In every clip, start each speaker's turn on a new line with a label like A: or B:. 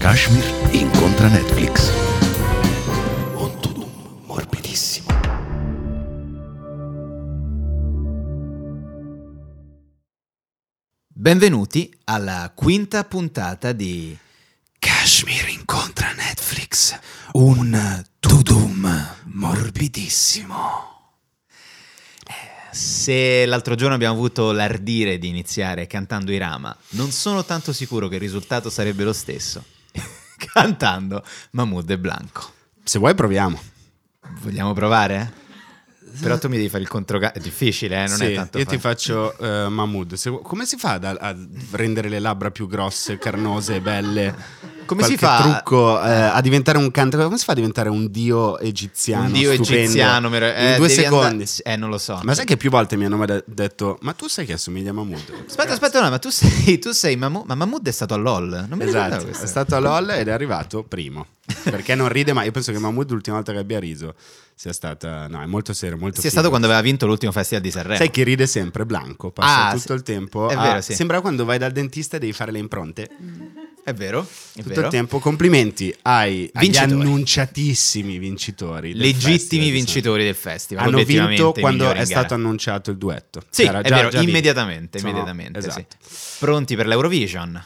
A: Kashmir incontra Netflix.
B: Ontudum, morbidissimo.
C: Benvenuti alla quinta puntata di
B: Kashmir incontra Netflix. Un tudum morbidissimo.
C: Se l'altro giorno abbiamo avuto l'ardire di iniziare cantando i Rama, non sono tanto sicuro che il risultato sarebbe lo stesso. cantando Mahmood e Blanco.
B: Se vuoi proviamo.
C: Vogliamo provare? Però tu mi devi fare il controcanto. È difficile, eh? Non
B: Sì,
C: è tanto
B: io
C: facile.
B: ti faccio eh, Mahmood. Se- come si fa ad- a rendere le labbra più grosse, carnose, e belle?
C: Come si
B: Qualche
C: fa-
B: trucco eh, a diventare un cantante? Come si fa a diventare un dio egiziano?
C: Un dio
B: stupendo?
C: egiziano, mer- eh,
B: in due
C: devi
B: secondi.
C: andare- eh, non lo so.
B: Ma sai che più volte mi hanno mai de- detto: Ma tu sai che assomiglia a Mahmood?
C: Aspetta, aspetta, no, ma tu sei, tu sei Mahmood, ma Mahmood è stato a LOL. Non mi ricordavo
B: Esatto,
C: questo.
B: è stato a LOL ed è arrivato primo. Perché non ride mai. Io penso che Mahmood l'ultima volta che abbia riso sia stata. No, è molto serio,
C: Sì,
B: molto
C: è
B: figo.
C: stato quando aveva vinto l'ultimo festival di Sanremo.
B: Sai chi ride sempre? Blanco. Passa
C: Eh. Ah,
B: tutto
C: sì.
B: il tempo.
C: È
B: a-
C: vero, sì.
B: Sembra quando vai dal dentista e devi fare le impronte.
C: È vero? È
B: tutto
C: vero.
B: il tempo. Complimenti ai agli
C: Vincitori.
B: annunciatissimi vincitori. del Festival
C: Legittimi
B: di
C: vincitori del festival.
B: Sanremo. Hanno
C: obiettivamente
B: vinto quando
C: migliori
B: è
C: in gara.
B: stato annunciato il duetto.
C: Sì,
B: Era
C: è
B: già-
C: vero,
B: già vinto.
C: immediatamente,
B: Sono-
C: immediatamente, sì.
B: esatto.
C: Pronti per l'Eurovision?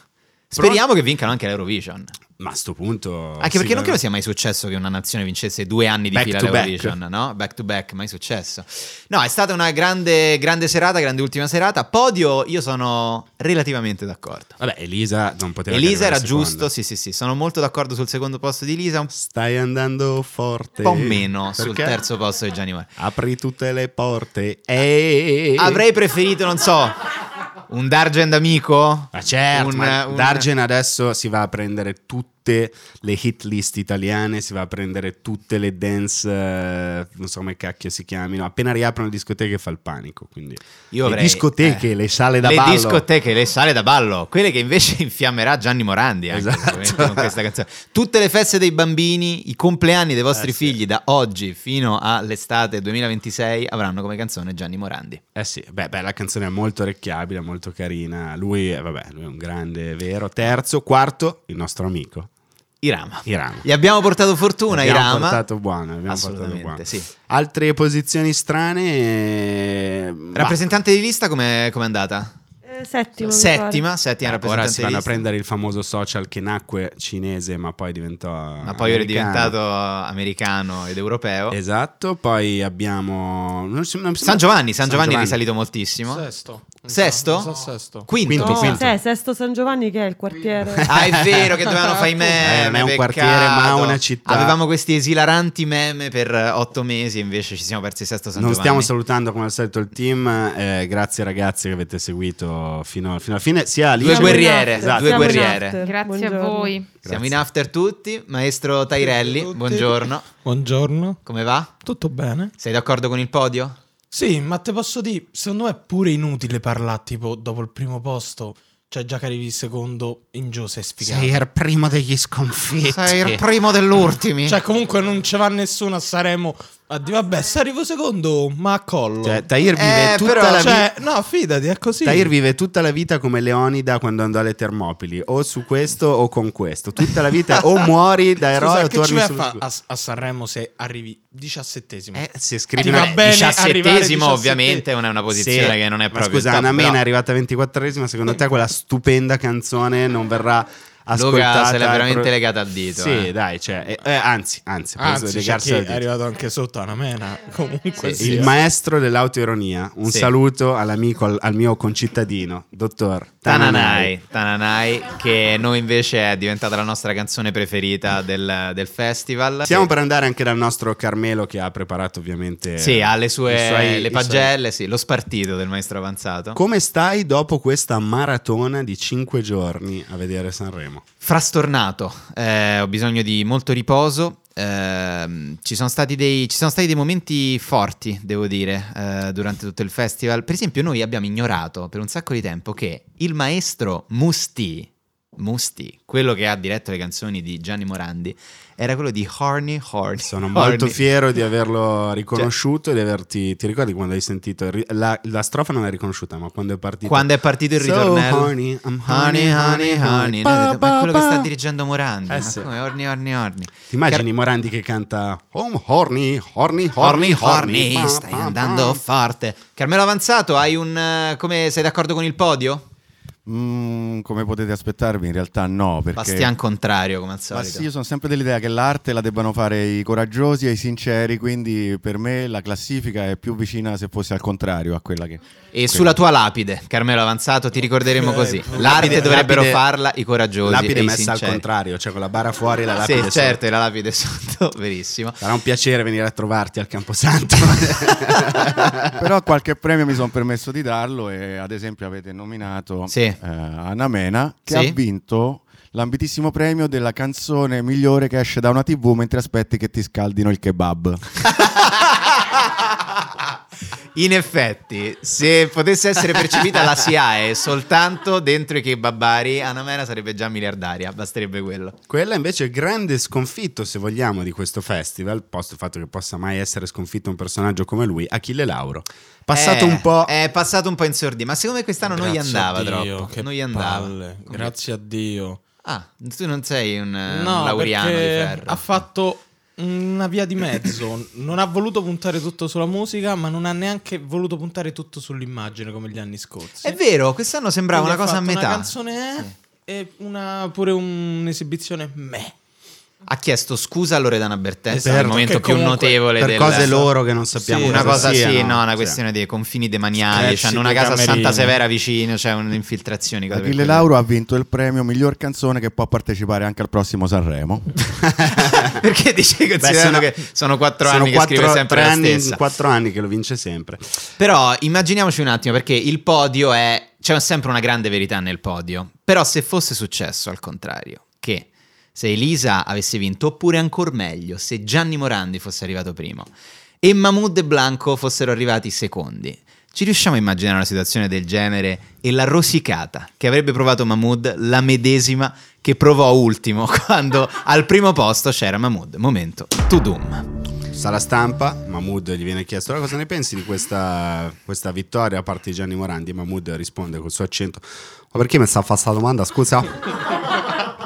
C: Speriamo che vincano anche l'Eurovision.
B: Ma a sto punto.
C: Anche perché non
B: che lo
C: credo sia mai successo che una nazione vincesse due anni di
B: Oh, Back
C: fila
B: to back.
C: l'Eurovision, no? Back to back, mai successo. No, è stata una grande, grande serata, grande ultima serata. Podio, io sono relativamente d'accordo.
B: Vabbè, Elisa non poteva. che
C: Elisa
B: arrivare
C: era
B: seconda.
C: giusto, sì sì sì, sono molto d'accordo sul secondo posto di Elisa, un
B: Stai andando forte.
C: po' meno sul
B: Perché?
C: terzo posto di Gianni Mora.
B: Apri tutte le porte. E
C: Avrei preferito, non so, un Dargen amico.
B: Ma certo,
C: un-
B: ma
C: un-
B: Dargen adesso si va a prendere tutte le hit list italiane, si va a prendere tutte le dance, eh, non so come cacchio si chiamino. Appena riaprono le discoteche fa il panico. Quindi
C: Io
B: le
C: avrei-
B: discoteche,
C: eh,
B: le sale da
C: le
B: ballo.
C: discoteche, le sale da ballo, quelle che invece infiammerà Gianni Morandi anche,
B: Esatto.
C: ovviamente, con questa canzone. Tutte le feste dei bambini, i compleanni dei vostri
B: Eh, sì.
C: figli da oggi fino all'estate 2026 avranno come canzone Gianni Morandi.
B: Eh sì, beh, beh, la canzone è molto orecchiabile, molto carina. Lui, eh, vabbè, lui è un grande, vero. Terzo, quarto, il nostro amico
C: Irama.
B: Irama.
C: Gli abbiamo portato fortuna,
B: abbiamo
C: Irama.
B: portato buono, abbiamo portato
C: Assolutamente,
B: buono.
C: sì.
B: Altre posizioni strane. eh, ma-
C: Rappresentante di lista com'è, com'è andata?
D: Eh, Settimo. mi
C: Settima, settima
B: Eh, Ora
C: rappresentante
B: si
C: di
B: vanno a
C: lista.
B: prendere il famoso social che nacque cinese, ma poi diventò.
C: Ma poi ora è
B: americano.
C: diventato americano ed europeo.
B: Esatto, poi abbiamo. non si- non si-
C: San Giovanni, San Giovanni è risalito moltissimo.
E: Sesto.
C: Sesto?
E: Non so sesto.
C: Quinto.
D: pare.
B: Quinto,
D: No,
B: quinto.
D: se- Sesto San Giovanni che è il quartiere.
C: Ah, è vero che dovevano fare i meme.
B: Eh, non è un
C: peccato.
B: quartiere, ma una città.
C: Avevamo questi esilaranti meme per eh, otto mesi, invece ci siamo persi sesto San
B: Non
C: Giovanni.
B: stiamo salutando come al solito il team. eh, grazie ragazzi che avete seguito fino, fino alla fine. Sia lì
C: Due
B: che-
D: Siamo in
C: guerriere,
D: after,
C: esatto. due
D: siamo in
C: guerriere.
D: after.
F: Grazie a
D: Buongiorno.
F: voi.
C: Siamo in after tutti. Maestro Tairelli,
E: Tutti.
C: buongiorno.
E: Buongiorno.
C: Come va?
E: Tutto bene?
C: Sei d'accordo con il podio?
E: Sì, ma te posso dire, secondo me è pure inutile parlare tipo dopo il primo posto. Cioè già che arrivi il secondo in giù sei sfigato.
B: il primo degli sconfitti.
C: primo
B: eh.
C: dell'ultimi.
E: Cioè comunque non ci va nessuno a Saremo a dire vabbè se arrivo secondo ma a collo.
B: Cioè, Tahir vive
C: Eh,
B: tutta
C: però-
B: la vita.
E: Cioè, no fidati è così.
B: Tahir vive tutta la vita come Leonida quando andò alle Termopili, o su questo o con questo. Tutta la vita o muori da eroe
E: Scusa,
B: o
E: che
B: torni
E: ci vai a,
B: sul
E: fa- a, a Sanremo se arrivi diciassettesimo?
B: Eh, se
E: Ti
B: scrivi
E: va
B: una...
E: bene arrivare
C: diciassettesimo,
E: diciassette-
C: ovviamente, non è una posizione
B: se-
C: che non è
B: ma
C: proprio. il
B: scusa,
C: top,
B: Anna Mena
C: però-
B: è arrivata 24esima, secondo te quella stupenda canzone non verrà ascoltata?
C: Luca se l'è veramente
B: Pro-
C: legata al dito.
B: Sì,
C: eh.
B: dai, cioè, eh, eh, anzi, anzi, posso
E: Anzi, c'è
B: legarsi
E: chi
B: al
E: è
B: dito.
E: arrivato eh. anche sotto Anamena.
B: Eh.
E: Comunque,
C: Sì,
E: sia.
B: il maestro dell'autoironia. Un
C: Sì.
B: saluto all'amico, al, al mio concittadino, dottor Tananai.
C: Tananai, Tananai, che noi invece è diventata la nostra canzone preferita del, del festival.
B: Stiamo per andare anche dal nostro Carmelo che ha preparato ovviamente
C: Sì, ha le sue
B: i suoi-
C: le
B: i suoi-
C: pagelle, sì, lo spartito del maestro avanzato.
B: Come stai dopo questa maratona di 5 giorni a vedere Sanremo?
C: Frastornato, eh, ho bisogno di molto riposo. ehm, ci, sono stati dei, ci sono stati dei momenti forti, devo dire, eh, durante tutto il festival. Per esempio, noi abbiamo ignorato per un sacco di tempo che il maestro Musti Musti, quello che ha diretto le canzoni di Gianni Morandi, era quello di Horny Horny.
B: Sono
C: Horny.
B: molto fiero di averlo riconosciuto
C: Cioè
B: e di averti. Ti ricordi quando hai sentito il ri- la, la strofa non l'hai riconosciuta, ma quando è partito
C: Quando è partito il
B: So
C: ritornello,
B: horny, I'm
C: honey, honey, honey, no, ho detto, ma è quello che sta dirigendo Morandi.
B: Eh
C: ma
B: sì.
C: come? Horny, horny, horny.
B: Ti immagini Morandi che canta Home horny, horny, horny,
C: Horny,
B: horny,
C: horny,
B: pa,
C: stai
B: pa, pa.
C: andando forte. Carmelo Avanzato, hai un. eh, Come sei d'accordo con il podio?
F: Mm, come potete aspettarvi, in realtà no, perché...
C: Bastian contrario, come al
F: Ma
C: solito.
F: sì, io sono sempre dell'idea che l'arte la debbano fare i coraggiosi e i sinceri, quindi per me la classifica è più vicina se fosse al contrario a quella che...
C: E sulla tua lapide, Carmelo Avanzato, ti ricorderemo
E: Ok.
C: così.
E: Lapide-
C: L'arte dovrebbero
B: Eh, lapide-
C: farla i coraggiosi.
B: Lapide
C: e i
B: messa al
C: sinceri.
B: contrario, cioè con la bara fuori e la lapide.
C: Sì,
B: sopra.
C: certo, e la lapide sotto, verissimo.
B: Sarà un piacere venire a trovarti al Camposanto.
F: Però qualche premio mi sono permesso di darlo e ad esempio avete nominato
C: Sì.
F: eh, Anna Mena che
C: Sì.
F: ha vinto l'ambitissimo premio della canzone migliore che esce da una tv mentre aspetti che ti scaldino il kebab.
C: In effetti, se potesse essere percepita la SIAE soltanto dentro i kebabari, Anna Mena sarebbe già miliardaria, basterebbe quello.
B: Quella invece è il grande sconfitto, se vogliamo, di questo festival, posto il fatto che possa mai essere sconfitto un personaggio come lui, Achille Lauro. Passato
C: Eh,
B: un po'...
C: È passato un po' in sordina, ma secondo me quest'anno non gli
E: Grazie a
C: andava
E: Dio,
C: troppo.
E: Che
C: non gli andava.
E: palle.
C: Come-
E: Grazie a Dio.
C: Ah, tu non sei un, eh,
E: No,
C: un lauriano di
E: perché
C: ferro.
E: ha fatto una via di mezzo. non ha voluto puntare tutto sulla musica, ma non ha neanche voluto puntare tutto sull'immagine come gli anni scorsi.
C: È vero, quest'anno sembrava
E: Quindi
C: una
E: ha
C: cosa a
E: fatto
C: metà.
E: Una canzone eh, e una, pure un'esibizione meh.
C: Ha chiesto scusa a Loredana Bertè
E: Esatto,
C: per il momento
E: che
C: più
E: comunque-
C: notevole
B: per
C: del-
B: cose loro che non sappiamo
E: Sì,
C: Una cosa
B: siano.
C: sì, no, una
B: Cioè,
C: questione di confini demaniali.
E: Scherzi
C: Cioè, hanno una
E: di
C: casa a Santa
E: Camerino.
C: Severa vicino, c'è un'infiltrazione. cose per
F: Achille
C: quello.
F: Lauro ha vinto il premio miglior canzone che può partecipare anche al prossimo Sanremo.
C: Perché dice considerando
B: Beh,
C: che sono quattro
B: sono
C: anni che scrive
B: quattro-
C: sempre
B: tre
C: la
B: anni-
C: stessa.
B: quattro anni che lo vince sempre.
C: Però immaginiamoci un attimo, perché il podio è. C'è sempre una grande verità nel podio. Però se fosse successo al contrario, che se Elisa avesse vinto, oppure ancora meglio, se Gianni Morandi fosse arrivato primo e Mahmoud e Blanco fossero arrivati secondi. Ci riusciamo a immaginare una situazione del genere e la rosicata che avrebbe provato Mahmoud, la medesima che provò ultimo quando al primo posto c'era Mahmoud. Momento, Tudum.
B: Sala stampa, Mahmood gli viene chiesto "Allora, cosa ne pensi di questa, questa vittoria a parte di Gianni Morandi. Mahmood risponde col suo accento: Ma perché mi sta a fare questa domanda? Scusa,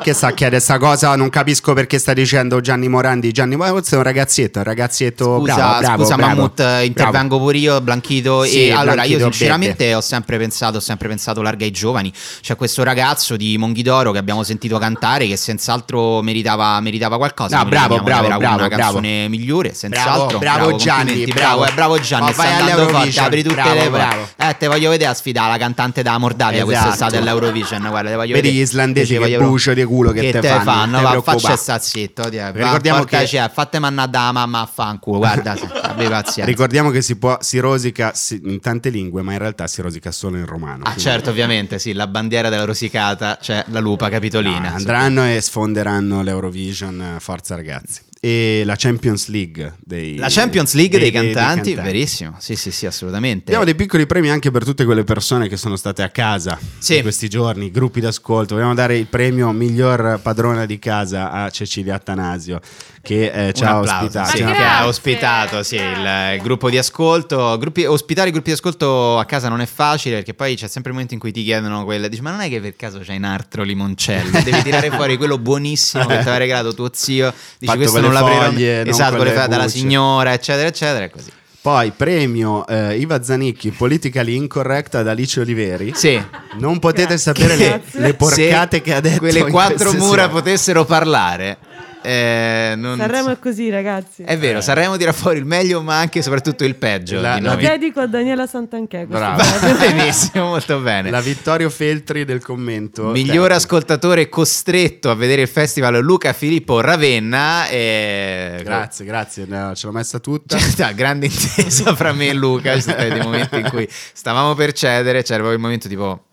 B: che sta a chiedere questa cosa? Non capisco perché sta dicendo Gianni Morandi. Gianni Morandi è un ragazzetto, è un ragazzetto
C: Scusa,
B: bravo, bravo,
C: scusa
B: bravo,
C: Mahmoud,
B: bravo.
C: intervengo pure io, Blanchito.
B: Sì,
C: e allora, io
B: Blanchito,
C: sinceramente
B: bebe.
C: ho sempre pensato, ho sempre pensato larga ai giovani. C'è questo ragazzo di Monghidoro che abbiamo sentito cantare che senz'altro meritava, meritava qualcosa.
B: No,
C: Noi
B: bravo,
C: riteniamo di
B: bravo,
C: avere
B: bravo,
C: una canzone migliore, senz'altro.
B: bravo Gianni,
C: complimenti,
B: bravo.
C: bravo, eh, bravo Gianni.
B: Oh,
C: sta
B: vai
C: andando
B: all'Eurovision,
C: forte, apri tutte
B: bravo,
C: le
B: bravo.
C: Eh, te voglio vedere a sfidare la cantante da Mordavia
B: Esatto.
C: quest'estate all'Eurovision. Guarda, te voglio
B: Vedi
C: vedere.
B: gli islandesi
C: Ti
B: che
C: voglio-
B: bucio di culo che te fanno, non te
C: va,
B: preoccupare.
C: faccia sta zitto. ti- Va,
B: ricordiamo
C: porca
B: che-
C: cera, fate mannà da mamma a fanculo. Guarda, se- abbi pazienza.
B: Ricordiamo che si, può, si rosica si- in tante lingue, ma in realtà si rosica solo in romano.
C: Ah,
B: quindi-
C: certo, ovviamente, sì, la bandiera della rosicata, cioè la lupa capitolina.
B: No, andranno e sfonderanno l'Eurovision, eh, forza ragazzi. E la Champions League dei
C: La Champions League dei, cantanti,
B: dei
C: verissimo. Sì, sì, sì, assolutamente.
B: Abbiamo dei piccoli premi anche per tutte quelle persone che sono state a casa
C: Sì.
B: in questi giorni, gruppi d'ascolto. Vogliamo dare il premio miglior padrona di casa a Cecilia Attanasio che eh,
C: Un
B: ci ha
C: applauso,
B: ospitato.
C: sì,
B: Ci ha-
C: che ha
D: grazie.
C: ospitato sì, il, il gruppo di ascolto. Gruppi- ospitare i gruppi di ascolto a casa non è facile perché poi c'è sempre il momento in cui ti chiedono quella. Dici, ma non è che per caso c'hai un altro limoncello? Devi tirare fuori quello buonissimo che ti aveva regalato tuo zio. Dici,
B: Fatto
C: questo
B: con
C: non
B: le
C: l'avrei
B: foglie, non
C: esatto,
B: con
C: con le
B: le
C: foglie dalla
B: bucce."
C: signora, eccetera, eccetera. E così.
B: Poi premio eh, Iva Zanicchi, Politically Incorrect ad Alice Oliveri.
C: Sì,
B: Non potete sapere le,
D: Grazie.
B: le porcate
C: Se
B: che ha detto.
C: quelle
B: in
C: quattro
B: queste
C: mura
B: sere.
C: potessero parlare eh, non-
D: Sanremo è così, ragazzi.
C: è vero Sanremo tira fuori il meglio ma anche e soprattutto il peggio
B: La-
C: di
B: la
C: noi.
B: vi-
D: Dedico a Daniela Santanchè. questo
B: Brava.
D: brano.
F: Eh,
C: benissimo molto bene
B: La Vittorio Feltri del commento.
C: miglior
B: Beh,
C: ascoltatore costretto a vedere il festival Luca Filippo Ravenna e...
B: Grazie, grazie, no, ce l'ho messa tutta.
C: C'è stata grande intesa fra me e Luca, ci sono stati dei momenti in cui stavamo per cedere, c'era proprio il momento tipo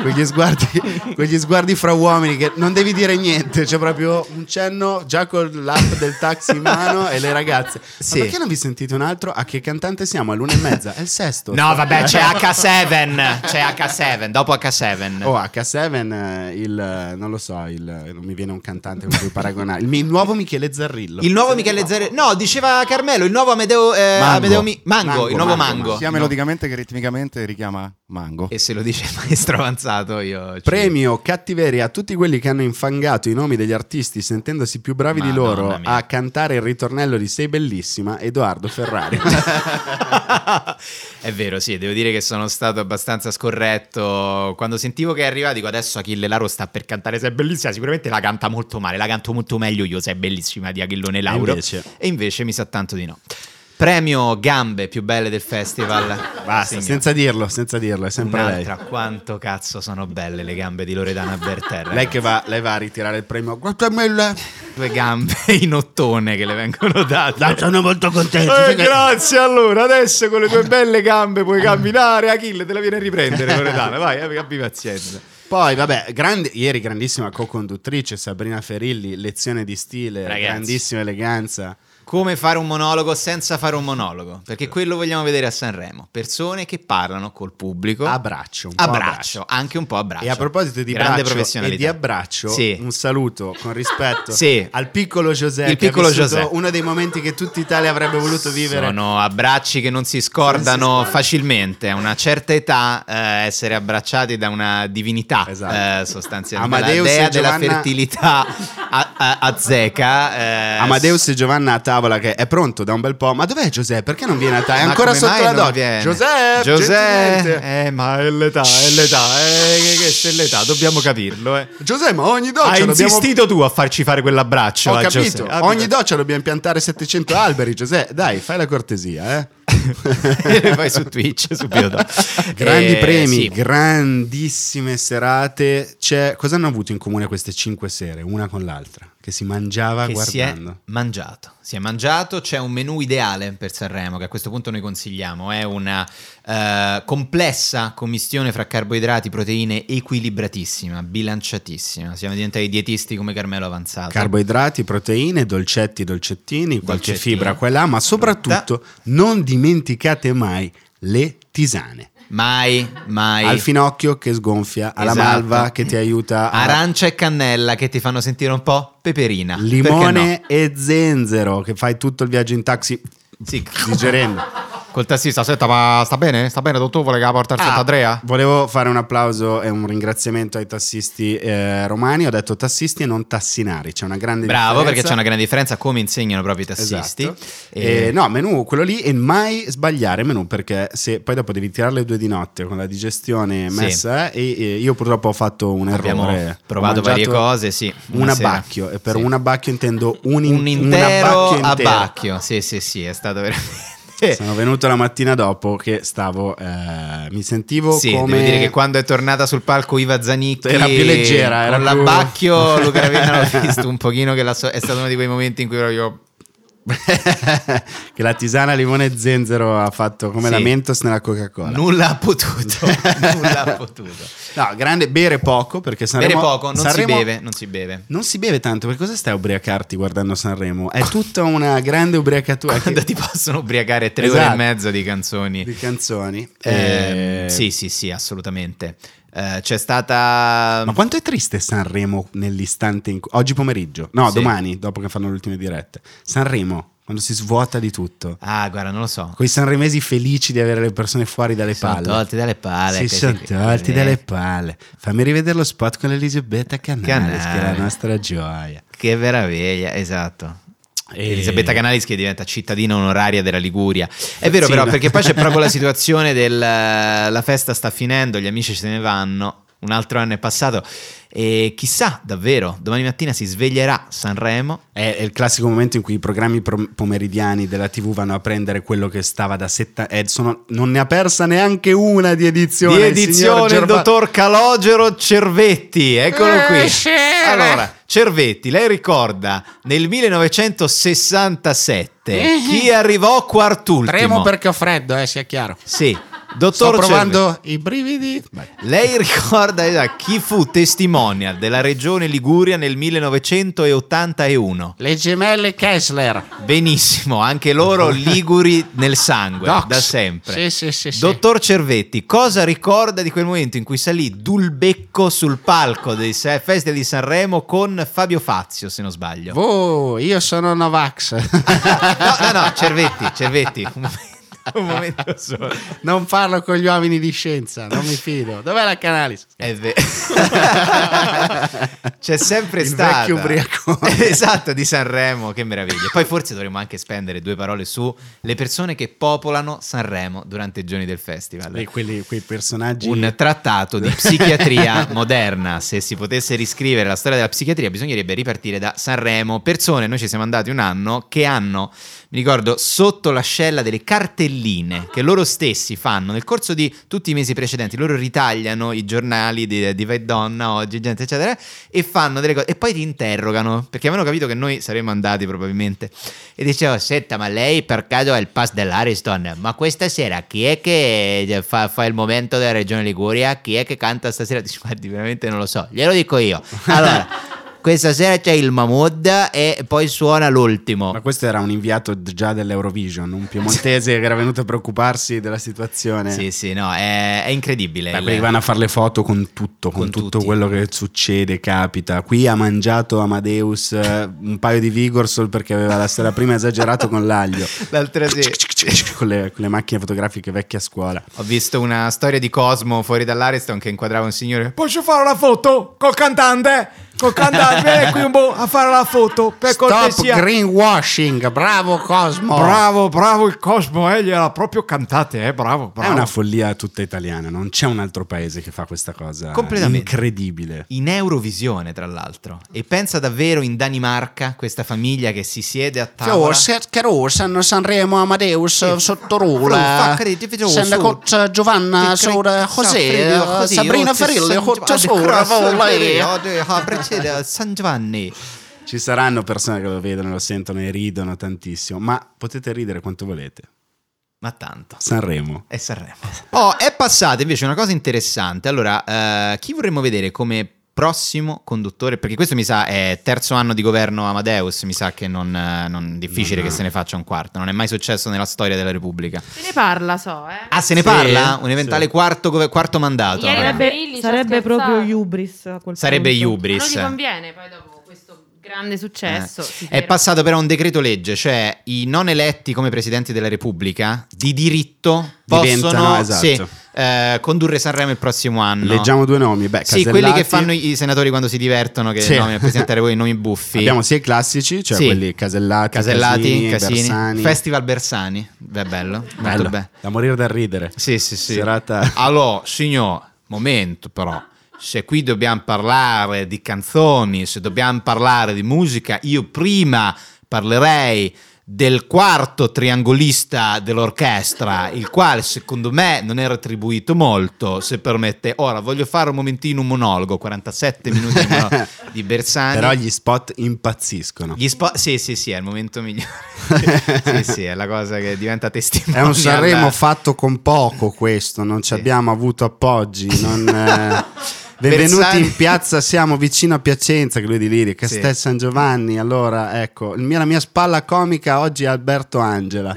B: quegli, sguardi, quegli sguardi fra uomini che non devi dire niente, c'è proprio un cenno già con l'app del taxi in mano e le ragazze.
C: Sì.
B: Ma perché non vi sentite un altro? A che cantante siamo? È l'una e mezza? È il sesto? Eh.
C: No, vabbè, cioè, c'è H7. C'è H7, dopo H7.
B: Oh, H7, eh, il eh, non lo so, il, eh, non mi viene un cantante con cui paragonare. Il, mi- il nuovo Michele Zarrillo.
C: Il nuovo Michele Zerre. No, diceva Carmelo, il nuovo Amedeo. eh,
B: Mango.
C: Amedeo Mi- Mango,
B: Mango,
C: il nuovo
B: Mango,
C: Mango.
B: Mango.
F: Sia melodicamente che ritmicamente richiama Mango.
C: E se lo dice il maestro avanzato, io. ci-
B: Premio cattiveria a tutti quelli che hanno infangato i nomi degli artisti sentendosi più bravi di
C: Madonna
B: loro
C: mia.
B: a cantare il ritornello di Sei bellissima, Edoardo Ferrari.
C: È vero, sì, devo dire che sono stato abbastanza scorretto. Quando sentivo che è arrivato, dico adesso Achille Lauro sta per cantare Se è bellissima. Sicuramente la canta molto male, la canto molto meglio io Se è bellissima di Achillone Lauro.
B: invece?
C: E invece mi sa tanto di no. Premio gambe più belle del festival.
B: Basta,
C: Signor-
B: senza dirlo, senza dirlo, è sempre lei.
C: Un'altra, quanto cazzo sono belle le gambe di Loredana Berterra.
B: Lei che va, lei va a ritirare il premio. Grazie mille.
C: Due gambe in ottone che le vengono date.
B: Dai, sono molto contento.
C: Eh, grazie allora, adesso con le tue belle gambe puoi camminare, Achille te la viene a riprendere Loredana, vai, abbi- abbi pazienza.
B: eh, Poi, vabbè, grande- ieri grandissima co-conduttrice Sabrina Ferilli, lezione di stile,
C: Ragazzi.
B: grandissima eleganza.
C: Come fare un monologo senza fare un monologo? Perché quello vogliamo vedere a Sanremo, persone che parlano col pubblico.
B: A braccio, un po'
C: a
B: a
C: braccio,
B: braccio.
C: anche un po' a braccio.
B: E a proposito di
C: Grande
B: braccio
C: professionalità.
B: e di abbraccio,
C: Sì.
B: un saluto con rispetto
C: Sì.
B: al piccolo Giuseppe,
C: Il piccolo
B: che ha vissuto
C: Giuseppe.
B: uno dei momenti che tutta Italia avrebbe voluto vivere.
C: Sono abbracci che non si scordano
B: Non si
C: facilmente. A una certa età, eh, essere abbracciati da una divinità
B: Esatto.
C: eh, sostanzialmente.
B: Amadeus
C: la dea
B: e
C: della
B: Giovanna-
C: fertilità a- a- azteca. eh,
B: Amadeus e Giovanna a tavola che è pronto da un bel po'. Ma dov'è Giuseppe? Perché non viene a tavola? È
C: Ma
B: ancora
C: come
B: sotto
C: mai
B: la
C: non
B: dote.
C: viene?
B: Giuseppe, gentilmente.
C: Giuseppe, eh, ma è l'età, è l'età, eh, che, che se è l'età, dobbiamo capirlo. eh.
B: Giuseppe, ma ogni doccia
C: Hai
B: dobbiamo...
C: insistito tu a farci fare quell'abbraccio
B: Ho
C: a
B: capito,
C: Giuseppe. Ah,
B: ogni doccia dobbiamo piantare 700 alberi, Giuseppe. Dai, fai la cortesia, eh.
C: Vai su Twitch Cioè, subito dopo.
B: Grandi
C: Eh,
B: premi,
C: sì.
B: grandissime serate. C'è, cosa hanno avuto in comune queste cinque sere, una con l'altra? Che si mangiava
C: che si è
B: guardando.
C: mangiato. Si è mangiato, c'è un menù ideale per Sanremo che a questo punto noi consigliamo, è una eh, complessa commistione fra carboidrati, proteine equilibratissima, bilanciatissima. Siamo diventati dietisti come Carmelo Avanzato.
B: Carboidrati, proteine, dolcetti, dolcettini, qualche
C: Dolcettini.
B: fibra qua e là, ma soprattutto non dimenticate mai le tisane.
C: mai, mai.
B: Al finocchio che sgonfia, alla
C: Esatto.
B: malva che ti aiuta a
C: Arancia e cannella che ti fanno sentire un po' peperina. Perché no?
B: limone e zenzero che fai tutto il viaggio in taxi
C: Sì.
B: digerendo.
C: Col tassista, senta, ma sta bene? Sta bene, dottore? Vuole che la porta al Sant'Andrea?
B: Volevo fare un applauso e un ringraziamento ai tassisti eh, romani. Ho detto tassisti e non tassinari. C'è una grande
C: Bravo, perché
B: differenza.
C: c'è una grande differenza come insegnano proprio i tassisti.
B: Esatto.
C: E-
B: Eh, no, menù quello lì e mai sbagliare menù perché se poi dopo devi tirare le due di notte con la digestione
C: Sì.
B: messa eh, e, e io purtroppo ho fatto un
C: Abbiamo
B: errore.
C: provato
B: Ho mangiato
C: varie cose, sì,
B: Un
C: una sera.
B: abbacchio e per
C: Sì.
B: un abbacchio intendo un, in-
C: un intero
B: abbacchio intero.
C: abbacchio. Sì, sì, sì, è stato veramente.
B: Sono venuto la mattina dopo che stavo eh, mi sentivo
C: Sì,
B: come
C: devo dire che quando è tornata sul palco Iva Zanicchi
B: Era più leggera, era
C: con
B: più-
C: l'abbacchio Luca Ravenna l'ho visto un pochino che la so- è stato uno di quei momenti in cui proprio
B: che la tisana limone e zenzero ha fatto come
C: Sì.
B: la Mentos nella Coca-Cola.
C: nulla ha potuto, nulla ha potuto.
B: No, grande bere poco perché Sanremo
C: Bere poco, non
B: Sanremo-
C: si beve, non si beve.
B: Non si beve tanto, perché cosa stai a ubriacarti guardando Sanremo? È tutta una grande ubriacatura che-
C: Quando ti possono ubriacare tre ore
B: Esatto.
C: e mezza di canzoni.
B: di canzoni.
C: Eh,
B: Eh,
C: Sì, sì, sì, assolutamente. Eh, c'è stata...
B: Ma quanto è triste Sanremo nell'istante in cui... Oggi pomeriggio, no,
C: Sì.
B: domani, dopo che fanno le ultime dirette. Sanremo, quando si svuota di tutto.
C: Ah, guarda, non lo so.
B: Con i sanremesi felici di avere le persone fuori dalle
C: Si sono
B: palle.
C: tolti dalle palle,
B: Si
C: che-
B: sono
C: che-
B: tolti
C: eh.
B: dalle palle. Fammi rivedere lo spot con Elisabetta Canales,
C: Canales.
B: che è la nostra gioia.
C: Che meraviglia, esatto.
B: E-
C: Elisabetta Canalis che diventa cittadina onoraria della Liguria. È vero
B: Sì,
C: però,
B: no.
C: perché poi c'è proprio la situazione del eh, la festa sta finendo, gli amici se ne vanno, un altro anno è passato e chissà davvero, domani mattina si sveglierà Sanremo.
B: È, è il classico momento in cui i programmi pro- pomeridiani della TV vanno a prendere quello che stava da 70 non ne ha persa neanche una di edizione.
C: Di
B: il signor
C: edizione il
B: Gerva-
C: dottor Calogero Cervetti, eccolo
B: Eh,
C: qui. Allora, Cervetti, lei ricorda nel 1967 chi arrivò quart'ultimo?
B: ho freddo, eh, sia chiaro.
C: Sì,
B: Sto
C: Dottor Cervello,
B: provando i brividi. Vai.
C: lei ricorda esatto, chi fu testimonial della regione Liguria nel 1981?
B: Le gemelle Kessler.
C: Benissimo, anche loro liguri nel sangue,
B: Docs.
C: da sempre.
B: Sì, sì, sì, sì.
C: Dottor Cervetti, cosa ricorda di quel momento in cui salì Dulbecco sul palco dei Se- Festival di Sanremo con Fabio Fazio, se non sbaglio?
B: Oh, io sono Novax.
C: no, no, no, Cervetti, Cervetti, un momento, un momento solo.
B: non parlo con gli uomini di scienza, non mi fido. Dov'è la Canalis?
C: È ve- C'è sempre
B: Il
C: stata
B: vecchio ubriacone.
C: Esatto, di Sanremo, che meraviglia. Poi forse dovremmo anche spendere due parole su le persone che popolano Sanremo durante i giorni del festival.
B: E quelli, quei personaggi.
C: un trattato di psichiatria moderna. Se si potesse riscrivere la storia della psichiatria, bisognerebbe ripartire da Sanremo. Persone, noi ci siamo andati un anno, che hanno, mi ricordo, sotto l'ascella delle cartelline che loro stessi fanno nel corso di tutti i mesi precedenti. Loro ritagliano i giornali di, di Vai Donna, Oggi, Gente, eccetera, e fanno delle cose. E poi ti interrogano, perché avevano capito che noi saremmo andati probabilmente. E dicevo, senta, ma lei per caso ha il pass dell'Ariston? Ma questa sera chi è che fa, fa il momento della regione Liguria? Chi è che canta stasera? Dici, guardi, veramente non lo so, glielo dico io. Allora, questa sera c'è il Mahmood e poi suona l'ultimo.
B: Ma questo era un inviato d- già dell'Eurovision, un piemontese che era venuto a preoccuparsi della situazione.
C: Sì, sì, no, è, è incredibile.
B: Eh. Beh,
C: il-
B: quelli vanno a fare le foto con tutto, con,
C: Eh, Con
B: tutto
C: tutti.
B: quello che succede, capita. Qui ha mangiato Amadeus eh, un paio di Vigor solo perché aveva la sera prima esagerato con l'aglio.
C: L'altra sera
B: con, le, con le macchine fotografiche vecchie a scuola.
C: ho visto una storia di Cosmo fuori dall'Ariston che inquadrava un signore. Posso fare una foto col cantante? Col cantante, vieni qui un po' a fare la foto per cortesia.
B: Stop greenwashing, bravo Cosmo.
C: Bravo, bravo il Cosmo, eh, gliela proprio cantate, eh, bravo,
B: È
C: bravo.
B: una follia tutta italiana, non c'è un altro paese che fa questa cosa
C: Completamente.
B: incredibile.
C: In Eurovisione, tra l'altro. E pensa davvero in Danimarca, questa famiglia che si siede a tavola.
B: che
C: oh,
B: hanno Sanremo Amadeus
C: Sì.
B: sotto
C: Fru, fa credito, fece su. Ti cre- Saffredo, così, oggi San Giovanni, Cross, oggi, ah, precede San Giovanni.
B: Ci saranno persone che lo vedono, lo sentono e ridono tantissimo, ma potete ridere quanto volete.
C: Ma tanto.
B: Sanremo.
C: E Sanremo. Oh, è passata invece una cosa interessante. Allora, eh, chi vorremmo vedere come prossimo conduttore? Perché questo mi sa è terzo anno di governo Amadeus, mi sa che non, eh, non- difficile
B: Non è-
C: che se ne faccia un quarto, non è mai successo nella storia della Repubblica.
G: Se ne parla, so, eh.
C: Ah, se ne
B: Sì,
C: parla? Un eventuale
B: sì.
C: quarto, gove- quarto mandato.
G: Ieri
C: allora.
G: la-
D: Sarebbe,
G: Carilli, ci ha
D: sarebbe
G: scherzato.
D: proprio Hubris a quel
C: Sarebbe
D: punto.
G: Ma
C: Hubris.
G: non ti conviene poi dopo questo grande successo. si
C: Eh, È
G: ferma.
C: passato però un decreto legge, cioè i non eletti come presidenti della Repubblica di diritto possono
B: Diventano, esatto.
C: sì, eh, condurre Sanremo il prossimo anno.
B: Leggiamo due nomi. Beh,
C: Sì,
B: Casellati.
C: quelli che fanno i senatori quando si divertono, che
B: Sì.
C: nomi- presentare voi i nomi buffi.
B: Abbiamo sia i classici, cioè
C: Sì.
B: quelli Casellati,
C: Casellati,
B: Casini,
C: Casini,
B: Bersani.
C: Festival Bersani, beh bello,
B: Bello,
C: molto bello.
B: da morire dal ridere.
C: Sì, sì, sì.
B: Serata.
C: Allora, signor, momento però. Se qui dobbiamo parlare di canzoni, se dobbiamo parlare di musica, io prima parlerei del quarto triangolista dell'orchestra, il quale secondo me non era attribuito molto, se permette. Ora voglio fare un momentino un monologo, 47 minuti di, mono- di Bersani.
B: Però gli spot impazziscono.
C: Gli spo- sì, sì, sì, è il momento migliore. sì, sì, è la cosa che diventa
B: È
C: testimonial.
B: un Sanremo fatto con poco questo, non
C: Sì.
B: ci abbiamo avuto appoggi. non, eh. Benvenuti
C: Bersani-
B: in piazza, siamo vicino a Piacenza, che lui di Liri, Castel
C: Sì.
B: San Giovanni. Allora, ecco, il mio- la mia spalla comica oggi è Alberto Angela.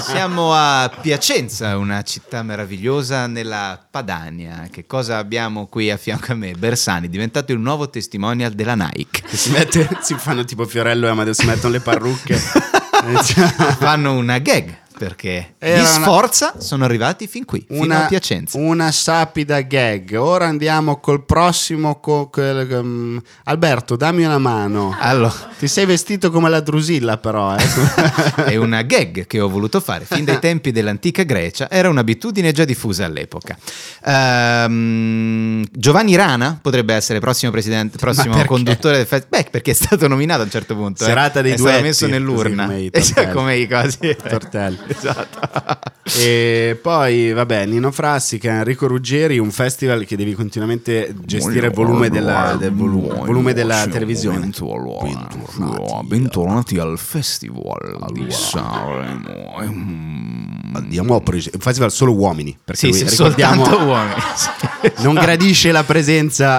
C: Siamo a Piacenza, una città meravigliosa nella Padania. Che cosa abbiamo qui a fianco a me? Bersani, diventato il nuovo testimonial della Nike.
B: Che si, mette- si fanno tipo Fiorello e Amadeus, si mettono le parrucche. Eh, cioè,
C: Fanno una gag perché
B: Era
C: di
B: una-
C: sforza sono arrivati fin qui, fino a
B: Una,
C: Piacenza.
B: una sapida gag. Ora andiamo col prossimo. co- quel- um, Alberto, dammi una mano.
C: Allora,
B: Ti sei vestito come la Drusilla, però. Eh.
C: è una gag che ho voluto fare fin dai tempi dell'antica Grecia, era un'abitudine già diffusa all'epoca. Ehm, Giovanni Rana potrebbe essere prossimo, presidente, prossimo
B: perché?
C: conduttore del festival. Beh, perché è stato nominato a un certo punto. eh.
B: Serata dei
C: è stato
B: duetti,
C: messo nell'urna.
B: così come
C: Esatto, come
B: i tortelli.
C: i cosi.
B: Tortelli.
C: Esatto.
B: E poi, vabbè, Nino Frassica, Enrico Ruggeri, un festival che devi continuamente gestire il volume della, del volu- volume della televisione.
H: Bentornati, bentornati al Festival di Sanremo. Ehm,
B: Andiamo a prese- il festival solo uomini.
C: Sì,
B: Perché qui
C: sì,
B: ricordiamo-
C: soltanto uomini. Sì,
B: Non
C: esatto.
B: gradisce la presenza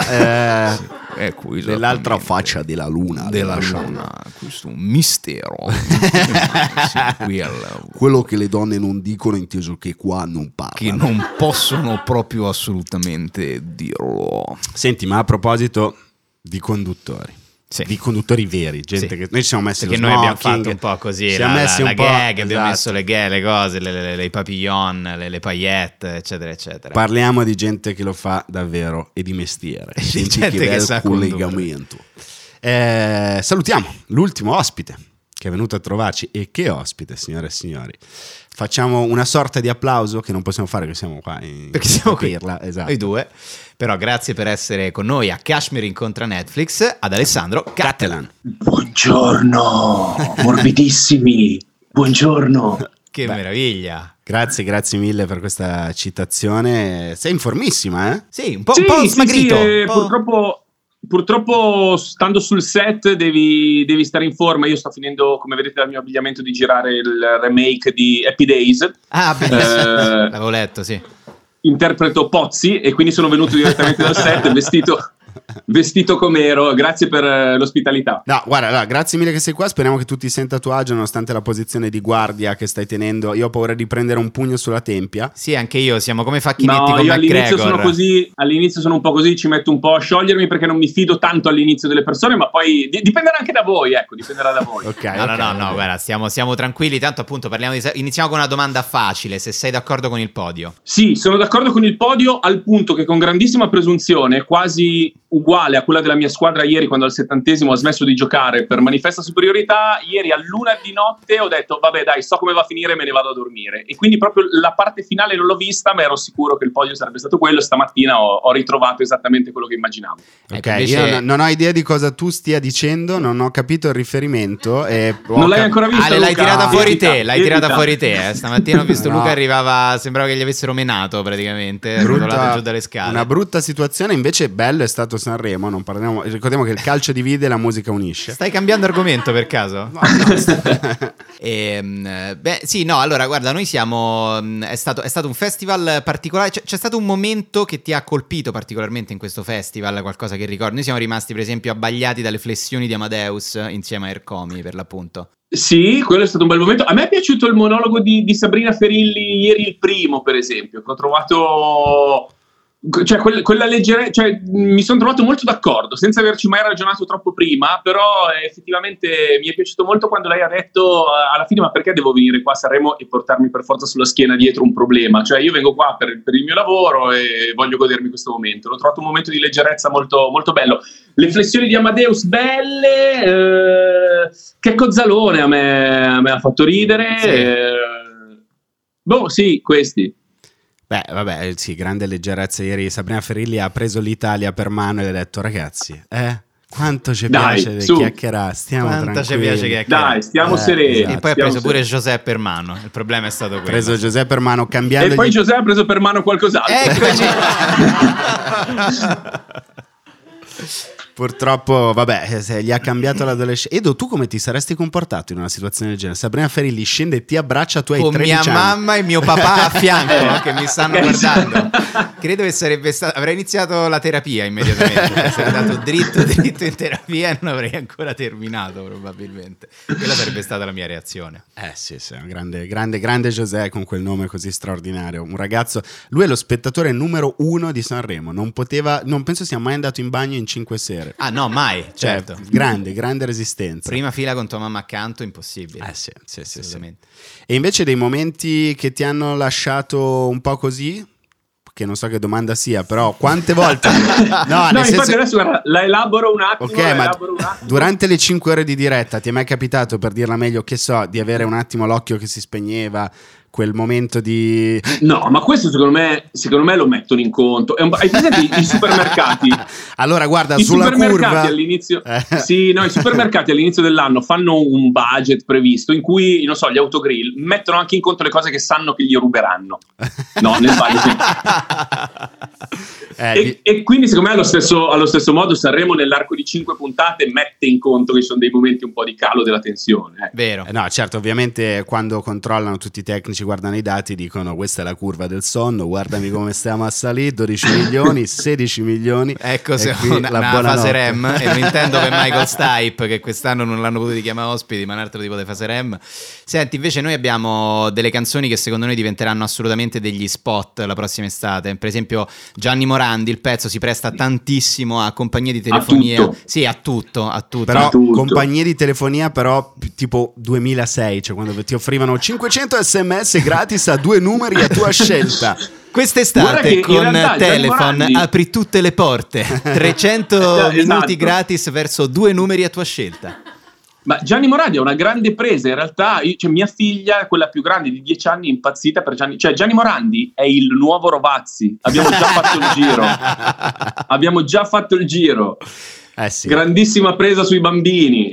B: eh,
C: Sì, è qui,
B: dell'altra
C: esattamente.
B: faccia della luna.
C: della
B: diciamo.
C: luna. Questo è un mistero. Sì, qui al-
B: Quello che le donne non dicono, inteso che qua non
C: che
B: parlano.
C: non possono proprio assolutamente dirlo.
B: Senti, ma a proposito di conduttori.
C: Sì.
B: Di conduttori veri, gente
C: Sì.
B: che noi ci siamo messi
C: Perché
B: Eh, lo
C: noi abbiamo
B: smoking,
C: fatto un po' così, la,
B: ci siamo
C: la-
B: messi
C: la
B: un po',
C: gag, abbiamo
B: esatto.
C: messo le gay, le cose, le, le- le- i papillon, le, le paillette, eccetera, eccetera.
B: Parliamo di gente che lo fa davvero e di mestiere,
C: Di
B: gente,
C: gente
B: che,
C: che
B: ha
C: sa
B: il collegamento. Eh, salutiamo l'ultimo ospite che è venuto a trovarci e che ospite, signore e signori. Facciamo una sorta di applauso che non possiamo fare perché siamo qua in
C: Perché siamo qui,
B: Pirla, esatto.
C: noi due. Però grazie per essere con noi a Kashmir incontra Netflix ad Alessandro Cattelan.
H: Buongiorno, morbidissimi. Buongiorno.
C: Che
B: Beh.
C: meraviglia!
B: Grazie, grazie mille per questa citazione. Sei informissima, eh?
C: Sì, un po', un po' smagrito.
H: eh,
C: un po'-
H: purtroppo, purtroppo stando sul set devi, devi stare in forma. Io sto finendo, come vedete dal mio abbigliamento, di girare il remake di Happy Days.
C: Ah, beh,
H: Eh.
C: l'avevo letto, sì.
H: Interpreto Pozzi e quindi sono venuto direttamente dal set vestito, vestito come ero. Grazie per eh, l'ospitalità.
B: No, guarda, allora, grazie mille che sei qua. Speriamo che tu ti senta a tuo agio, nonostante la posizione di guardia che stai tenendo. Io ho paura di prendere un pugno sulla tempia.
C: Sì, anche io, siamo come facchinetti
H: No,
C: con
H: io all'inizio
C: McGregor. Eh,
H: sono così, all'inizio sono un po' così, ci metto un po' a sciogliermi perché non mi fido tanto all'inizio delle persone, ma poi di- dipenderà anche da voi, ecco, dipenderà da voi.
B: Ok,
C: No, no,
B: ok,
C: no,
B: va
C: no,
B: bene.
C: guarda, siamo, siamo tranquilli, tanto appunto parliamo di... Iniziamo con una domanda facile, se sei d'accordo con il podio.
H: Sì, sono d'accordo con il podio al punto che con grandissima presunzione, quasi uguale a quella della mia squadra ieri quando al settantesimo ha smesso di giocare per manifesta superiorità, ieri a luna di notte ho detto vabbè dai so come va a finire me ne vado a dormire e quindi proprio la parte finale non l'ho vista ma ero sicuro che il podio sarebbe stato quello stamattina ho, ho ritrovato esattamente quello che immaginavo.
B: Ok,
C: Ecco, invece-
B: io non, non ho idea di cosa tu stia dicendo, non ho capito il riferimento. E
H: non l'hai ancora visto?
C: Ale, l'hai
H: Luca?
C: tirata fuori
H: Evita,
C: te, l'hai
H: evita.
C: tirata fuori te. eh. Stamattina ho visto
B: No.
C: Luca arrivava, sembrava che gli avessero menato praticamente, rotolato giù dalle scale.
B: una brutta situazione, invece bello è stato Sanremo, non parliamo- ricordiamo che il calcio divide e la musica unisce.
C: Stai cambiando argomento per caso?
B: No, no,
C: Ehm, eh, beh, sì, no, allora guarda, noi siamo. mh, È stato, è stato un festival particolare. C'è, c'è stato un momento che ti ha colpito particolarmente in questo festival, qualcosa che ricordi. Noi siamo rimasti, per esempio, abbagliati dalle flessioni di Amadeus eh, insieme a Ercomi, per l'appunto.
H: Sì, quello è stato un bel momento. A me è piaciuto il monologo di, di Sabrina Ferilli ieri, il primo, per esempio, che ho trovato. Cioè, quel- quella leggere, cioè, mh, mi sono trovato molto d'accordo, senza averci mai ragionato troppo prima, però eh, effettivamente mi è piaciuto molto quando lei ha detto eh, alla fine ma perché devo venire qua a Sanremo e portarmi per forza sulla schiena dietro un problema? Cioè io vengo qua per, per il mio lavoro e voglio godermi questo momento. L'ho trovato un momento di leggerezza molto, molto bello. Le flessioni di Amadeus belle, eh, che cozzalone a me, a me ha fatto ridere.
C: Sì.
H: eh, boh, sì, questi.
B: Beh, vabbè, sì, grande leggerezza ieri. Sabrina Ferilli ha preso l'Italia per mano e le ha detto, ragazzi, eh, quanto ci
H: Dai,
B: piace
H: su.
B: chiacchierare, stiamo
C: Quanto ci
B: tranquilli.
C: piace che
H: Dai, stiamo
B: Eh,
H: sereni.
B: esatto.
C: E poi ha
H: stiamo
C: preso pure
H: sereni.
C: Giuseppe per mano. Il problema è stato
B: Ha
C: quello.
B: preso Giuseppe per mano,
H: E poi
B: cambiandogli
H: Giuseppe ha preso per mano qualcos'altro.
C: Ecco, cioè, Eccoci.
B: Purtroppo, vabbè, se gli ha cambiato l'adolescenza. Edo, tu come ti saresti comportato in una situazione del genere? Sabrina Ferilli scende e ti abbraccia, tu hai
C: con
B: 13
C: mia
B: anni.
C: mamma e mio papà a fianco
H: Eh.
C: no, che mi stanno
H: Eh,
C: guardando.
H: esatto.
C: Credo che sarebbe stato. Avrei iniziato la terapia immediatamente. cioè, Sarei andato dritto, dritto in terapia e non avrei ancora terminato, probabilmente. Quella sarebbe stata la mia reazione.
B: Eh sì, sì, un grande, grande, grande José con quel nome così straordinario. Un ragazzo, lui è lo spettatore numero uno di Sanremo. Non poteva, non penso sia mai andato in bagno in cinque sere.
C: Ah, no, mai,
B: Cioè,
C: certo.
B: grande, grande resistenza.
C: Prima fila con tua mamma accanto, impossibile.
B: Eh sì, sì, sì, sì.
C: Assolutamente.
B: E invece dei momenti che ti hanno lasciato un po' così, che non so che domanda sia, però quante volte...
H: No,
B: nel
H: infatti
B: senso-
H: adesso guarda, la elaboro un attimo.
B: Ok,
H: la
B: ma
H: elaboro un attimo.
B: durante le 5 ore di diretta ti è mai capitato, per dirla meglio, che so, di avere un attimo l'occhio che si spegneva, quel momento di...
H: No, ma questo secondo me, secondo me lo mettono in conto. È un- Hai presente i- i supermercati?
B: Allora, guarda,
H: I
B: sulla
H: supermercati
B: curva...
H: all'inizio,
B: Eh.
H: sì, no, i supermercati all'inizio dell'anno fanno un budget previsto in cui, non so, gli autogrill mettono anche in conto le cose che sanno che gli ruberanno. No, nel sbaglio, sì.
B: Eh,
H: E,
B: di-
H: e quindi, secondo me, allo stesso, allo stesso modo, Sanremo nell'arco di cinque puntate mette in conto che ci sono dei momenti un po' di calo della tensione. eh.
C: Vero.
B: eh, No, certo, ovviamente quando controllano tutti i tecnici ci guardano i dati dicono questa è la curva del sonno, guardami come stiamo a salire, 12 milioni, 16 milioni.
C: Ecco, se
B: E qui
C: una,
B: la
C: una
B: buonanotte.
C: fase REM, e lo intendo per Michael Stipe, che quest'anno non l'hanno potuto chiamare ospiti, ma un altro tipo di fase REM. Senti, invece noi abbiamo delle canzoni che secondo noi diventeranno assolutamente degli spot la prossima estate. Per esempio Gianni Morandi, il pezzo si presta tantissimo a compagnie di telefonia.
H: tutto.
C: Sì, a tutto, a tutto.
B: Però
H: Tutto.
B: compagnie di telefonia però p- tipo 2006, cioè quando ti offrivano 500 sms gratis a due numeri a tua scelta.
H: Guarda che
C: Quest'estate
H: in
C: con
H: realtà Gian
C: Telefon
H: Morandi-
C: apri tutte le porte, 300
H: Esatto.
C: minuti gratis verso due numeri a tua scelta.
H: Ma Gianni Morandi è una grande presa, in realtà io- cioè, mia figlia, quella più grande di 10 anni, è impazzita per Gianni, cioè Gianni Morandi è il nuovo Rovazzi, abbiamo già fatto il giro, abbiamo già fatto il giro,
B: Eh sì.
H: grandissima presa sui bambini,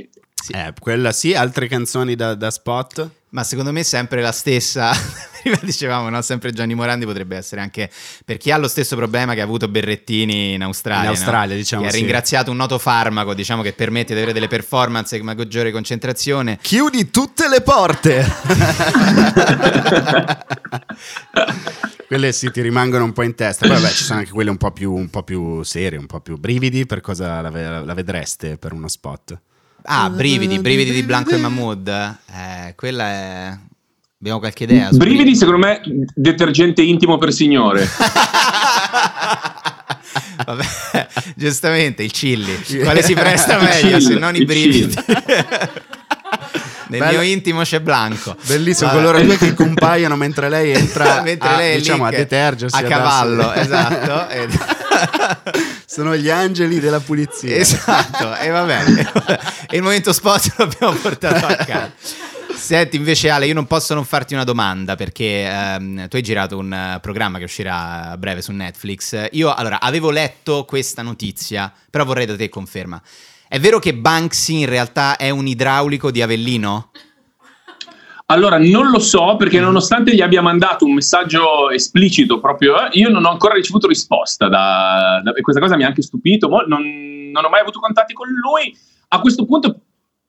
B: Eh, quella sì, altre canzoni da, da spot.
C: Ma secondo me è sempre la stessa. Prima dicevamo, no? Sempre Gianni Morandi potrebbe essere anche per chi ha lo stesso problema che ha avuto Berrettini in Australia.
B: In
C: no?
B: Australia, diciamo,
C: Che ha
B: sì.
C: ringraziato un noto farmaco, diciamo, che permette di avere delle performance con maggiore concentrazione.
B: Chiudi tutte le porte. quelle sì, ti rimangono un po' in testa. Poi vabbè, ci sono anche quelle un po' più, un po' più serie, un po' più brividi. Per cosa la, ve- la vedreste per uno spot?
C: Ah, brividi, brividi di Blanco e Mahmood. Eh, quella è. Abbiamo qualche idea? su
H: brividi secondo me detergente intimo per signore.
C: Vabbè, giustamente il chilli, quale si presta
H: Il
C: meglio se
H: chilli,
C: non i
H: il
C: brividi?
H: chilli.
C: Nel
B: Bello.
C: mio intimo c'è Blanco.
B: Bellissimo,
C: Vabbè.
B: coloro due che compaiono mentre lei entra
C: Mentre
B: a,
C: lei è lì
B: diciamo, a
C: che-
B: detergersi.
C: a
B: ad
C: cavallo,
B: ass-
C: esatto. Ed-
B: sono gli angeli della pulizia.
C: Esatto, e va bene. E il momento spot lo abbiamo portato a casa. Senti, invece Ale, io non posso non farti una domanda perché ehm, tu hai girato un eh, programma che uscirà a breve su Netflix. Io, allora, avevo letto questa notizia, però vorrei da te conferma. È vero che Banksy in realtà è un idraulico di Avellino?
H: Allora, non lo so perché nonostante gli abbia mandato un messaggio esplicito proprio, eh, io non ho ancora ricevuto risposta da, da- e questa cosa mi ha anche stupito, mo- non, non ho mai avuto contatti con lui. A questo punto,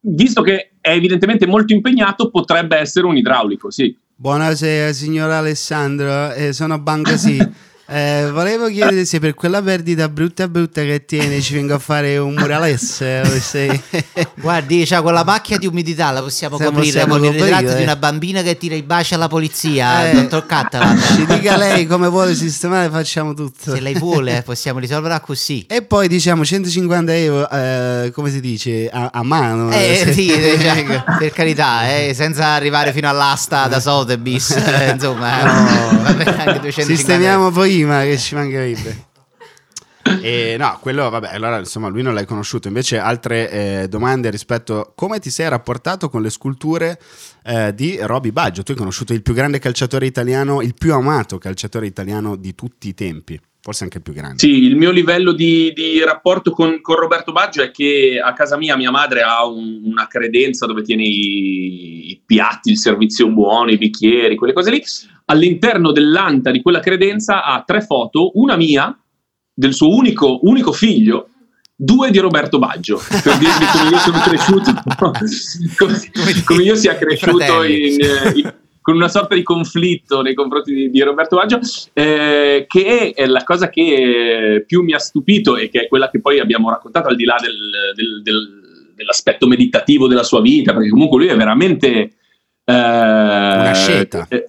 H: visto che è evidentemente molto impegnato, potrebbe essere un idraulico, sì.
B: Buonasera signora Alessandro, eh, sono Bancosi. Eh, volevo chiedere se per quella perdita brutta brutta che tiene ci vengo a fare un murales eh, o se...
C: Guardi, c'è quella macchia di umidità la possiamo
B: Se coprire possiamo con il coprire, ritratto eh. di una
C: bambina che tira i baci alla polizia,
B: Eh, Ci dica lei come vuole sistemare facciamo tutto.
C: vuole possiamo risolverla così.
B: E poi diciamo 150 euro, eh, come si dice, a, a mano.
C: Eh,
B: Se-
C: sì, cioè, per carità, eh, senza arrivare fino all'asta da Sotheby's, eh, insomma, eh, no, va bene, anche 250.
B: Sistemiamo prima che ci mancherebbe. E no, quello vabbè, allora insomma lui non l'hai conosciuto. Invece altre eh, domande rispetto a come ti sei rapportato con le sculture eh, di Roby Baggio. Tu hai conosciuto il più grande calciatore italiano, il più amato calciatore italiano di tutti i tempi, forse anche il più grande.
H: Sì, il mio livello di, di rapporto con, con Roberto Baggio è che a casa mia mia madre ha un- una credenza dove tiene i, i piatti, il servizio buono, i bicchieri, quelle cose lì. All'interno dell'anta di quella credenza ha tre foto, una mia, del suo unico, unico figlio, due di Roberto Baggio, per dirvi come io sono cresciuto, come, come io sia cresciuto
C: fratelli.
H: in, eh, in- con una sorta di conflitto nei confronti di, di Roberto Baggio, eh, che è la cosa che più mi ha stupito e che è quella che poi abbiamo raccontato al di là del- del- del- dell'aspetto meditativo della sua vita, perché comunque lui è veramente... una
B: scelta.
H: Eh,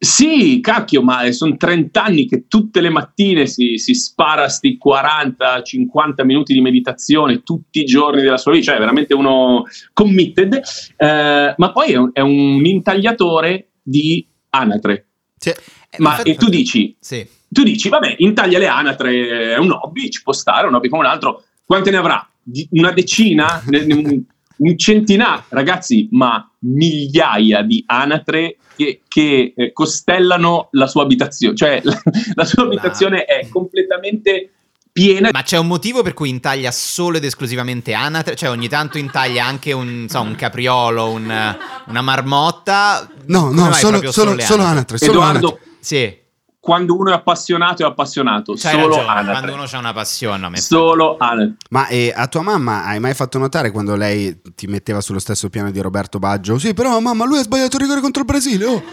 H: sì, cacchio, ma sono 30 anni che tutte le mattine si, si spara sti 40-50 minuti di meditazione tutti i giorni della sua vita, cioè è veramente uno committed, eh, ma poi è un, è un intagliatore di anatre.
C: Eh,
H: Ma
C: infatti-
H: e tu dici,
C: Sì.
H: tu dici, vabbè, intaglia le anatre, è un hobby, ci può stare, è un hobby come un altro, quante ne avrà? Di- Una decina? Ne- ne- un- un centinaio, ragazzi, ma migliaia di anatre che, che, eh, costellano la sua abitazione, cioè la, la sua abitazione è completamente piena
C: Ma c'è un motivo per cui intaglia solo ed esclusivamente anatre? Cioè ogni tanto intaglia anche un, non so, un capriolo, un- una marmotta?
B: No,
C: Come
B: no,
C: mai
B: solo,
C: proprio
B: solo,
C: le
B: solo
C: anatre?
B: anatre. Solo anatre.
H: Edoardo,
C: Sì,
H: quando uno è appassionato è appassionato,
C: c'hai
H: solo
C: ragione, quando
H: anatre.
C: uno ha una passione. a me-
H: Solo anatre.
B: Ma eh, a tua mamma hai mai fatto notare quando lei ti metteva sullo stesso piano di Roberto Baggio? Sì, però mamma, lui ha sbagliato il rigore contro il Brasile. Oh.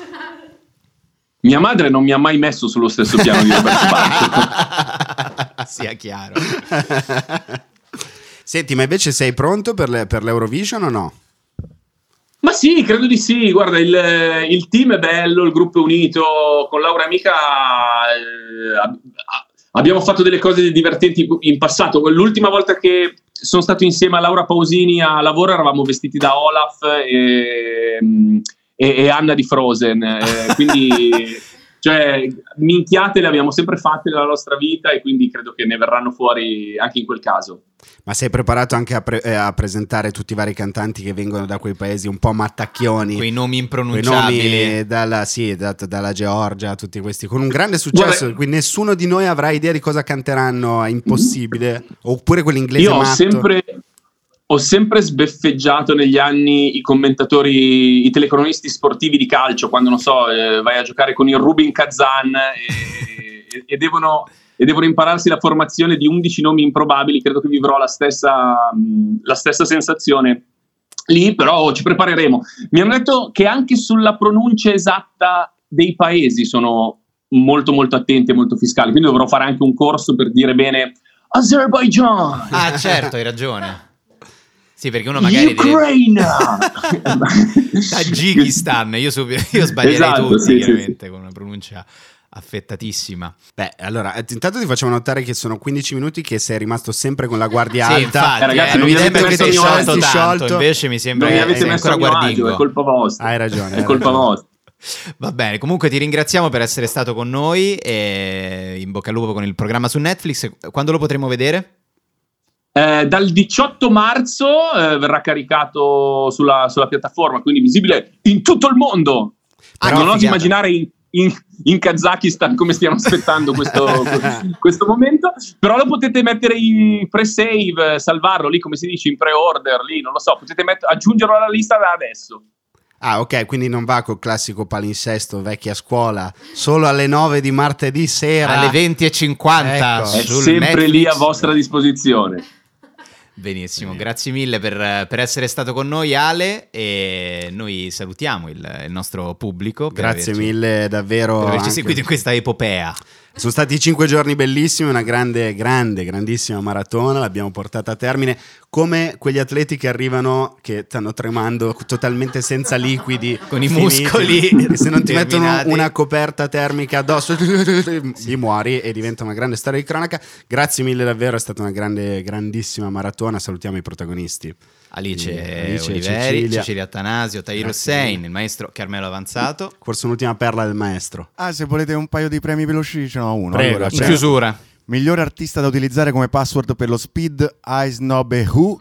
H: Mia madre non mi ha mai messo sullo stesso piano di Roberto Baggio.
C: Sia chiaro.
B: Senti, ma invece sei pronto per, le- per l'Eurovision o no?
H: Ma sì, credo di sì. Guarda, il, il team è bello, il gruppo è unito. Con Laura Amica eh, ab- a- abbiamo fatto delle cose divertenti in passato. L'ultima volta che sono stato insieme a Laura Pausini a lavoro eravamo vestiti da Olaf e, e- e Anna di Frozen. eh, quindi, cioè, minchiate le abbiamo sempre fatte nella nostra vita e quindi credo che ne verranno fuori anche in quel caso.
B: Ma sei preparato anche a, pre- eh, a presentare tutti i vari cantanti che vengono da quei paesi un po' mattacchioni?
C: Quei nomi
B: Quei
C: impronunciabili.
B: nomi dalla, sì, da- dalla Georgia, tutti questi, con un grande successo,
H: Guarda-
B: quindi nessuno di noi avrà idea di cosa canteranno, è impossibile, oppure quell'inglese
H: Mm. Io ho
B: matto.
H: sempre, ho sempre sbeffeggiato negli anni i commentatori, i telecronisti sportivi di calcio, quando non so, eh, vai a giocare con il Rubin Kazan e, e- e devono, e devono impararsi la formazione di 11 nomi improbabili, credo che vivrò la stessa, mh, la stessa sensazione. Lì però ci prepareremo. Mi hanno detto che anche sulla pronuncia esatta dei paesi sono molto molto attenti e molto fiscali, quindi dovrò fare anche un corso per dire bene Azerbaijan.
C: Ah, certo, hai ragione. Sì, perché uno magari dice
H: Ucraina
C: Tajikitan, io, subito, io sbaglierei
H: Esatto,
C: tutti,
H: sì, sì,
C: chiaramente, con una pronuncia affettatissima.
B: Beh, allora, eh, intanto ti facciamo notare che sono 15 minuti che sei rimasto sempre con la guardia
C: Sì,
B: alta.
C: infatti,
H: Eh, ragazzi,
C: eh,
H: non
C: mi
H: mi avete
C: sembra che
H: messo
C: sei
H: in
C: sciolto
B: oggi,
C: tanto,
B: sciolto.
C: invece mi sembra
H: non
C: che
H: mi
B: eh,
H: avete
B: sei
H: messo a
C: ancora
H: mio agio,
C: guardingo.
H: è colpa vostra
B: Hai ragione.
H: è
B: hai
H: colpa
B: ragione.
H: vostra
C: Va bene, comunque ti ringraziamo per essere stato con noi e in bocca al lupo con il programma su Netflix. Quando lo potremo vedere?
H: Eh, dal 18 marzo eh, verrà caricato sulla, sulla piattaforma quindi visibile in tutto il mondo
B: Ah,
H: non
B: che
H: oso
B: figata.
H: immaginare in, in, in Kazakistan come stiamo aspettando questo, questo momento però lo potete mettere in pre-save eh, salvarlo lì come si dice in pre-order lì non lo so potete met- aggiungerlo alla lista da adesso
B: Ah, ok, quindi non va col classico palinsesto vecchia scuola, solo alle 9 di martedì sera.
C: Alle 20.50
B: Ecco.
H: è
C: sul
H: sempre lì
C: Netflix.
H: a vostra disposizione
C: Benissimo, grazie mille per, per essere stato con noi Ale e noi salutiamo il, il nostro pubblico. per
B: Grazie
C: averci-
B: mille davvero.
C: Per averci
B: anche-
C: seguito in questa epopea.
B: Sono stati cinque giorni bellissimi, una grande, grande, grandissima maratona, l'abbiamo portata a termine, come quegli atleti che arrivano, che stanno tremando totalmente senza liquidi.
C: Con i
B: finiti,
C: muscoli
B: che se non ti mettono
C: terminati.
B: una coperta termica addosso, li muori e diventa una grande storia di cronaca. Grazie mille davvero, è stata una grande, grandissima maratona, salutiamo i protagonisti.
C: Alice,
B: Quindi, Alice,
C: Oliveri, Cecilia,
B: Cecilia.
C: Attanasio, Tahir
B: Grazie
C: Hussein,
B: mille.
C: il maestro Carmelo Avanzato.
B: Forse un'ultima perla del maestro.
F: Ah, se volete un paio di premi veloci, ce n'ho uno.
B: Prego,
F: Allora,
B: in
C: In
F: c'è-
C: chiusura.
F: Miglior artista da utilizzare come password per lo speed, Ice Snob e Who.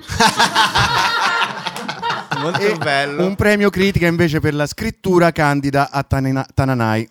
C: Molto
F: E un premio critica invece per la scrittura candida a Tanina- Tananai.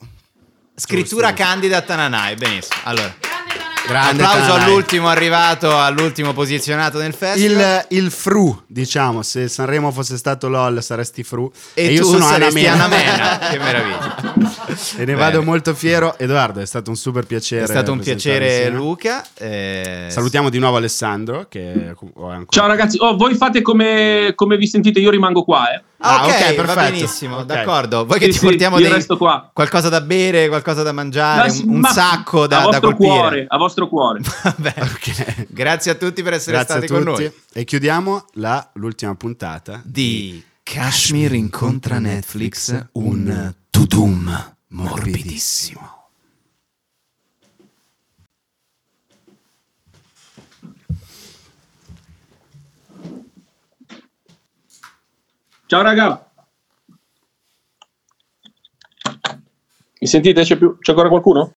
C: Scrittura
B: Giusto.
C: candida a Tananai, benissimo. Allora,
G: Grande Tananai.
B: Grande
C: applauso
B: Tananai.
C: all'ultimo arrivato, all'ultimo posizionato nel festival.
B: il, il fru, diciamo, se Sanremo fosse stato LOL saresti fru.
C: E,
B: io
C: tu
B: sono
C: saresti
B: Anna
C: Anna
B: Mena.
C: Mena. che meraviglia.
B: E ne
C: Bene.
B: vado molto fiero. Edoardo, è stato un super piacere.
C: È stato un
B: presentarvi
C: piacere
B: insieme.
C: Luca. eh,
B: Salutiamo di nuovo Alessandro. Che ho ancora-
H: Ciao ragazzi, oh, voi fate come, come vi sentite, io rimango qua. Eh.
C: Ah,
B: Ah,
C: ok,
B: ok,
C: va
B: perfetto.
C: benissimo,
B: Ok.
C: d'accordo. Voi che
H: Sì,
C: ti
H: sì,
C: portiamo
H: io
C: dei-
H: resto qua.
C: qualcosa da bere, qualcosa da mangiare,
H: Ma-
C: un, un
H: ma-
C: sacco da,
H: a
C: da
H: vostro
C: colpire.
H: Cuore, a vostro cuore.
C: Vabbè.
B: Ok.
C: Grazie a tutti per essere
B: Grazie a
C: stati con noi.
B: tutti. E chiudiamo la- l'ultima puntata
C: Di Kashmir incontra Netflix, un
A: tudum
C: morbidissimo.
H: Ciao raga. Mi sentite? C'è, più- c'è ancora qualcuno?